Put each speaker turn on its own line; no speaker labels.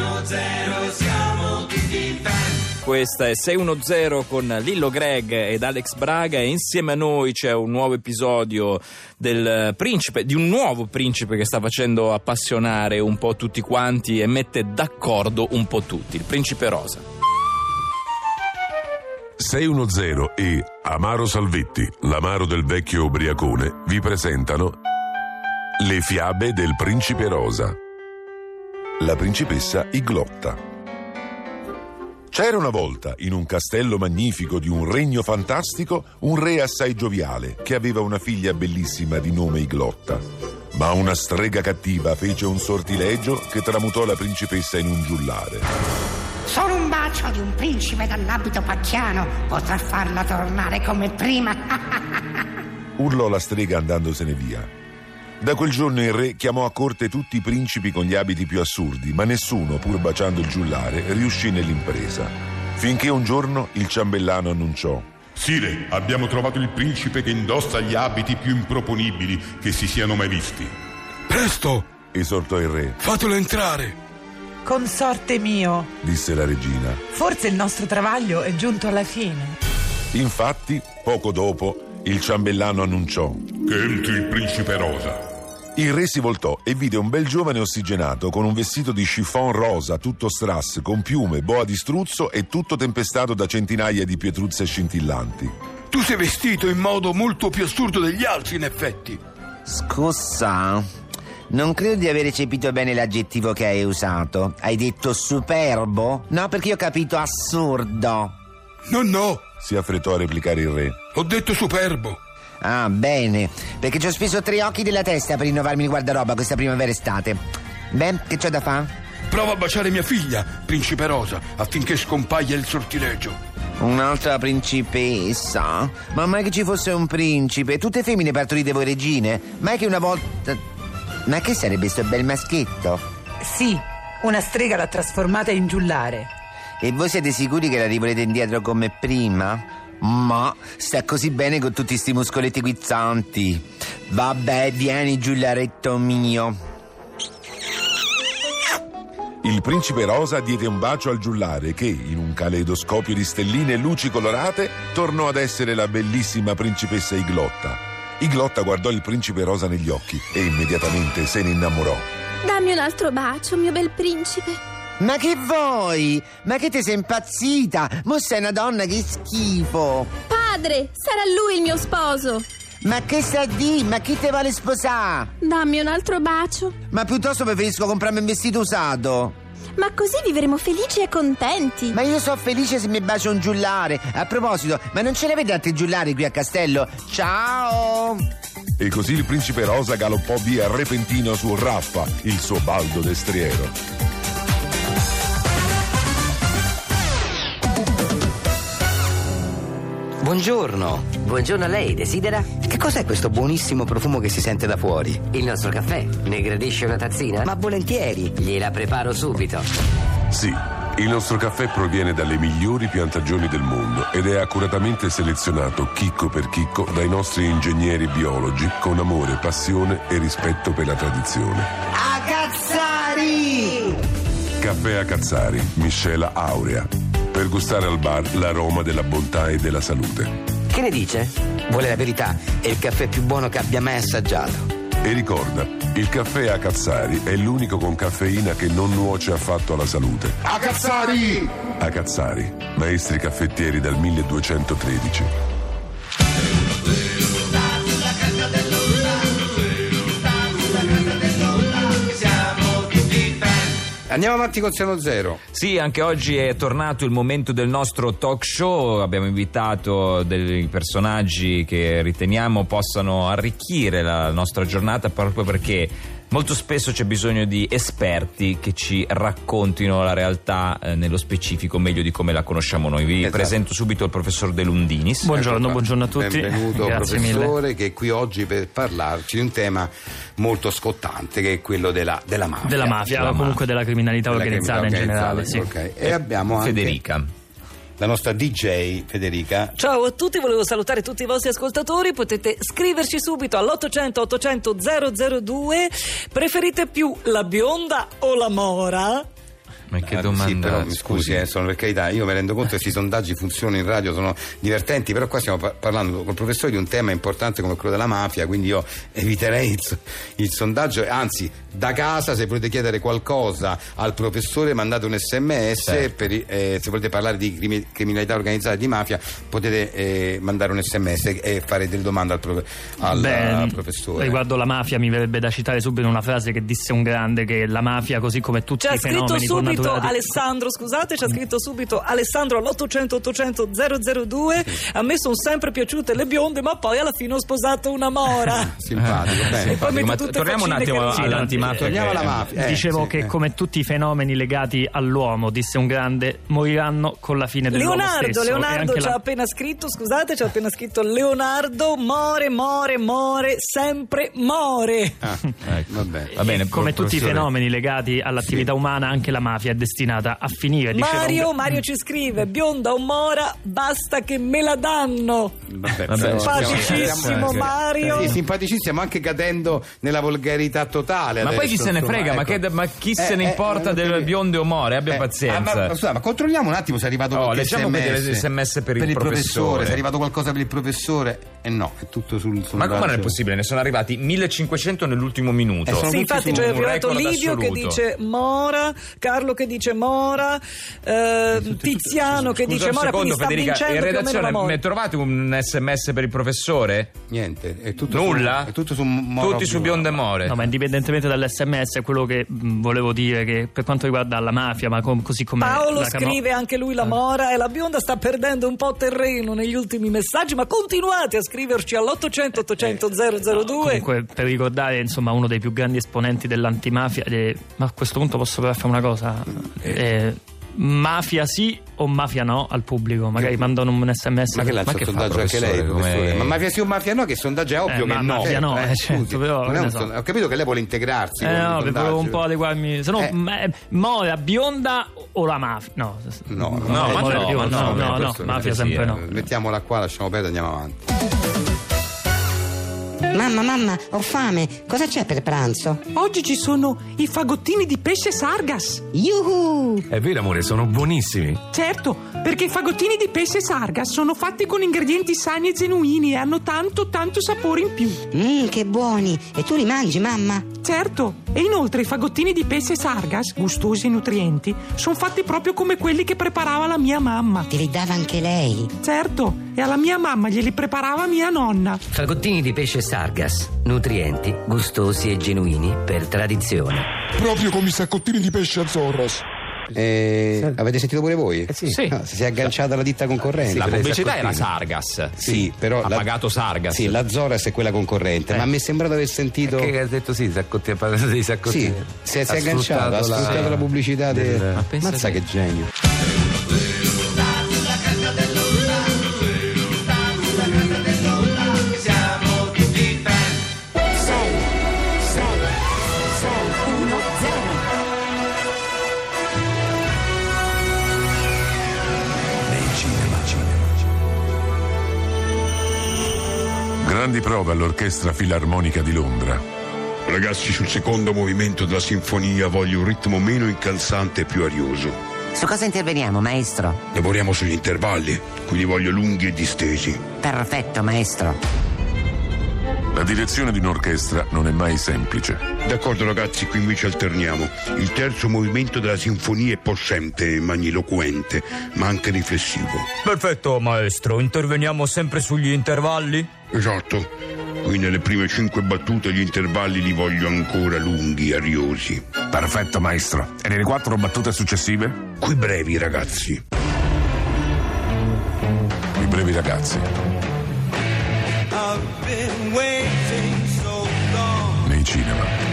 610 siamo tutti fan.
Questa è 610 con Lillo Greg ed Alex Braga e insieme a noi c'è un nuovo episodio del principe, di un nuovo principe che sta facendo appassionare un po' tutti quanti e mette d'accordo un po' tutti, il principe rosa.
610 e Amaro Salvetti, l'amaro del vecchio ubriacone, vi presentano Le fiabe del principe rosa. La principessa Iglotta. C'era una volta, in un castello magnifico di un regno fantastico, un re assai gioviale che aveva una figlia bellissima di nome Iglotta. Ma una strega cattiva fece un sortilegio che tramutò la principessa in un giullare.
Solo un bacio di un principe dall'abito pacchiano potrà farla tornare come prima.
urlò la strega andandosene via. Da quel giorno il re chiamò a corte tutti i principi con gli abiti più assurdi, ma nessuno, pur baciando il giullare, riuscì nell'impresa. Finché un giorno il ciambellano annunciò:
Sire, abbiamo trovato il principe che indossa gli abiti più improponibili che si siano mai visti.
Presto,
Esortò il re,
fatelo entrare.
Consorte mio,
disse la regina.
forse il nostro travaglio è giunto alla fine.
Infatti, poco dopo, il ciambellano annunciò.
Che entri il principe rosa.
Il re si voltò e vide un bel giovane ossigenato con un vestito di chiffon rosa tutto strass, con piume, boa di struzzo e tutto tempestato da centinaia di pietruzze scintillanti.
Tu sei vestito in modo molto più assurdo degli altri, in effetti.
Scusa, non credo di aver recepito bene l'aggettivo che hai usato. Hai detto superbo? No, perché io ho capito assurdo.
No, no,
Si affrettò a replicare il re.
ho detto superbo.
Ah, bene, perché ci ho speso tre occhi della testa per rinnovarmi il guardaroba questa primavera estate. Beh, che c'ho da fare?
Prova a baciare mia figlia, principe rosa, affinché scompaia il sortilegio.
Un'altra principessa? Ma mai che ci fosse un principe? Tutte femmine partorite voi regine? Mai che una volta... Ma che sarebbe sto bel maschietto?
Sì, una strega l'ha trasformata in giullare.
E voi siete sicuri che la rivolete indietro come prima? Ma sta così bene con tutti sti muscoletti guizzanti. Vabbè, vieni giullaretto mio.
Il principe rosa diede un bacio al giullare che, in un caleidoscopio di stelline e luci colorate, tornò ad essere la bellissima principessa Iglotta. Iglotta guardò il principe rosa negli occhi e immediatamente se ne innamorò.
Dammi un altro bacio, mio bel principe.
Ma che vuoi? Ma che te sei impazzita? Mo sei una donna che schifo.
Padre, sarà lui il mio sposo.
Ma che sa di? Ma chi te vuole sposare?
Dammi un altro bacio.
Ma piuttosto preferisco comprarmi un vestito usato.
Ma così vivremo felici e contenti.
Ma io so felice se mi bacio un giullare. A proposito, ma non ce l'avete altri giullari qui a Castello? Ciao!
E così il principe rosa galoppò via repentino su Rappa, il suo baldo destriero.
Buongiorno. Buongiorno a lei, desidera?
Che cos'è questo buonissimo profumo che si sente da fuori?
Il nostro caffè. Ne gradisce una tazzina?
Ma volentieri.
gliela preparo subito.
Sì, il nostro caffè proviene dalle migliori piantagioni del mondo ed è accuratamente selezionato chicco per chicco dai nostri ingegneri biologi con amore, passione e rispetto per la tradizione.
A cazzari!
Caffè a Cazzari, miscela aurea. Per gustare al bar l'aroma della bontà e della salute.
Che ne dice?
Vuole la verità? È il caffè più buono che abbia mai assaggiato.
E ricorda, il caffè a Cazzari è l'unico con caffeina che non nuoce affatto alla salute.
A cazzari!
A Cazzari, maestri caffettieri dal 1213.
Siamo tutti fan.
Andiamo avanti con Siano Zero.
Sì, anche oggi è tornato il momento del nostro talk show. Abbiamo invitato dei personaggi che riteniamo possano arricchire la nostra giornata proprio perché molto spesso c'è bisogno di esperti che ci raccontino la realtà eh, nello specifico meglio di come la conosciamo noi. Vi
Esatto.
presento subito il professor De Lundinis.
Buongiorno,
Ecco qua.
buongiorno a tutti.
Benvenuto
Grazie
professore
mille.
che è qui oggi per parlarci di un tema molto scottante che è quello della, della mafia.
Della mafia,
Della
o comunque della criminalità
Della
organizzata
criminalità
in generale,
organizzata, ok. E abbiamo anche
Federica.
la nostra DJ Federica
Ciao a tutti, volevo salutare tutti i vostri ascoltatori. Potete scriverci subito all'800 800 002. Preferite più la bionda o la mora?
Ma
Ah,
che
sì,
domanda,
però, mi scusi, eh, sono per carità, io mi rendo conto che questi sondaggi funzionano in radio, sono divertenti, però qua stiamo par- parlando col professore di un tema importante come quello della mafia, quindi io eviterei il, so- il sondaggio, anzi, da casa se volete chiedere qualcosa al professore mandate un sms,
Certo.
per i- eh, se volete parlare di crimi- criminalità organizzata e di mafia potete eh, mandare un sms e fare delle domande al, prof- al- al
Beh,
professore.
Riguardo la mafia, mi verrebbe da citare subito una frase che disse un grande: che la mafia, così come tutti
Ci ha
i
scritto
fenomeni
subito
connaturati-
Alessandro, scusate, ci ha scritto subito Alessandro all'800-800-002. A me sono sempre piaciute le bionde, ma poi alla fine ho sposato una mora.
Simpatico,
Ah,
bene.
poi mette
ma
tutte
torniamo un
faccine
attimo
che- Sì, no,
all'antimafia.
torniamo
che-
alla mafia. Eh,
Dicevo
sì,
che,
eh.
come tutti i fenomeni legati all'uomo, disse un grande, moriranno con la fine dell'uomo
Leonardo,
stesso. E
Leonardo
anche
ci
la-
ha appena scritto, scusate, ci ha appena scritto Leonardo, more, more, more, sempre more.
Ah,
ecco.
va bene.
Va bene,
come
pro-
tutti i
professore.
fenomeni legati all'attività umana, anche la mafia è destinata a finire. diceva un
Mario,
gra-
Mario ci scrive, bionda o mora, basta che me la danno.
Vabbè,
Vabbè,
però-
Simpaticissimo
Sì.
Mario.
Sì, simpaticissimo anche cadendo nella volgarità totale.
Ma
adesso,
poi chi se ne
insomma,
frega? Ma,
ecco.
che da- ma chi
Eh,
se ne
eh,
importa
eh,
del
perché-
bionde o more? Abbia
Eh,
pazienza.
ah, ma, scusa, ma controlliamo un attimo se è arrivato
Oh,
qualche
leggiamo
sms.
quelle SMS per il professore.
Se è arrivato qualcosa per il professore. E no, è tutto sul sul
Ma come non è
raggio.
possibile? Ne sono arrivati 1500 nell'ultimo minuto.
Eh, sono
Sì,
tutti
infatti
su
c'è
un
arrivato
record
Livio che
assoluto.
dice Mora, Carlo che dice Mora, eh, Tiziano che
Scusa
dice
un
Mora, quindi
secondo,
sta
Federica, in
vincendo più o meno la
redazione
Mora.
ne trovate un sms per il professore?
Niente, è tutto
Nulla?
Su, è tutto su Moro
Tutti su
Blu.
bionde e more.
No, ma indipendentemente dall'SMS, quello che mh, volevo dire che per quanto riguarda la mafia, ma com- così come
Paolo
la Ah. cano-
scrive anche lui la Mora e la bionda sta perdendo un po' terreno negli ultimi messaggi, ma continuate a scriverci all'800 800 002.
Eh, Comunque, per ricordare insomma uno dei più grandi esponenti dell'antimafia, eh, ma a questo punto posso però fare una cosa: Eh, mafia sì o mafia no al pubblico?
Eh.
Magari mandano un sms.
Ma che lancia
che
il
fa,
sondaggio anche
professore,
lei, professore?
come-
Ma mafia sì o mafia no? Che il sondaggio è ovvio
Eh,
che
ma-
no.
mafia no, eh, certo,
scusi,
però,
non è
che
un
ne so.
son- Ho capito che lei vuole integrarsi.
Eh
con
no,
il
per- volevo un
sondaggio.
po' adeguarmi. Se no,
Eh.
m- eh, Mora bionda o la mafia? No,
No,
Mora
no, ma
bionda,
no,
no,
ma no,
no,
beh,
no,
questo
mafia
sì,
sempre
eh.
no.
Mettiamola qua, lasciamo perdere, andiamo avanti.
Mamma, mamma, ho fame. Cosa c'è per pranzo?
Oggi ci sono i fagottini di pesce Sargas.
Yuhu!
eh.
Eh,
È vero, amore, sono buonissimi.
Certo, perché i fagottini di pesce Sargas sono fatti con ingredienti sani e genuini e hanno tanto, tanto sapore in più.
Mmm, che buoni! E tu li mangi, mamma?
Certo, e inoltre i fagottini di pesce Sargas, gustosi e nutrienti, sono fatti proprio come quelli che preparava la mia mamma.
Te li dava anche lei?
Certo, e alla mia mamma glieli preparava mia nonna.
Fagottini di pesce Sargas, nutrienti, gustosi e genuini per tradizione.
Proprio come i saccottini di pesce a Zorros.
Eh, avete sentito pure voi?
sì. Sì.
Ah, si è agganciata alla ditta concorrente.
la
Per le
pubblicità era
saccottine.
Sargas.
Sì, però
ha
la-
pagato Sargas. Eh.
Sì, la Zoras è quella concorrente, ma mi è sembrato aver sentito.
Che ha detto sì, saccotti, ha parlato dei saccotti.
Sì, si è, si è agganciato, ha sfruttato la, pubblicità del.
del- Ma pensa
Mazza che genio.
Siamo tutti fan.
Grandi prove all'Orchestra Filarmonica di Londra.
Ragazzi, sul secondo movimento della sinfonia voglio un ritmo meno incalzante e più arioso.
Su cosa interveniamo, maestro?
Lavoriamo sugli intervalli, quindi voglio lunghi e distesi.
Perfetto, maestro.
La direzione di un'orchestra non è mai semplice.
D'accordo ragazzi, qui invece alterniamo. Il terzo movimento della sinfonia è possente e magniloquente, ma anche riflessivo.
Perfetto, maestro. Interveniamo sempre sugli intervalli?
Esatto. Qui nelle prime cinque battute gli intervalli li voglio ancora lunghi, ariosi.
Perfetto, maestro. E nelle quattro battute successive?
Qui brevi, ragazzi.
I brevi ragazzi.
I've been waiting so long.
Nei cinema.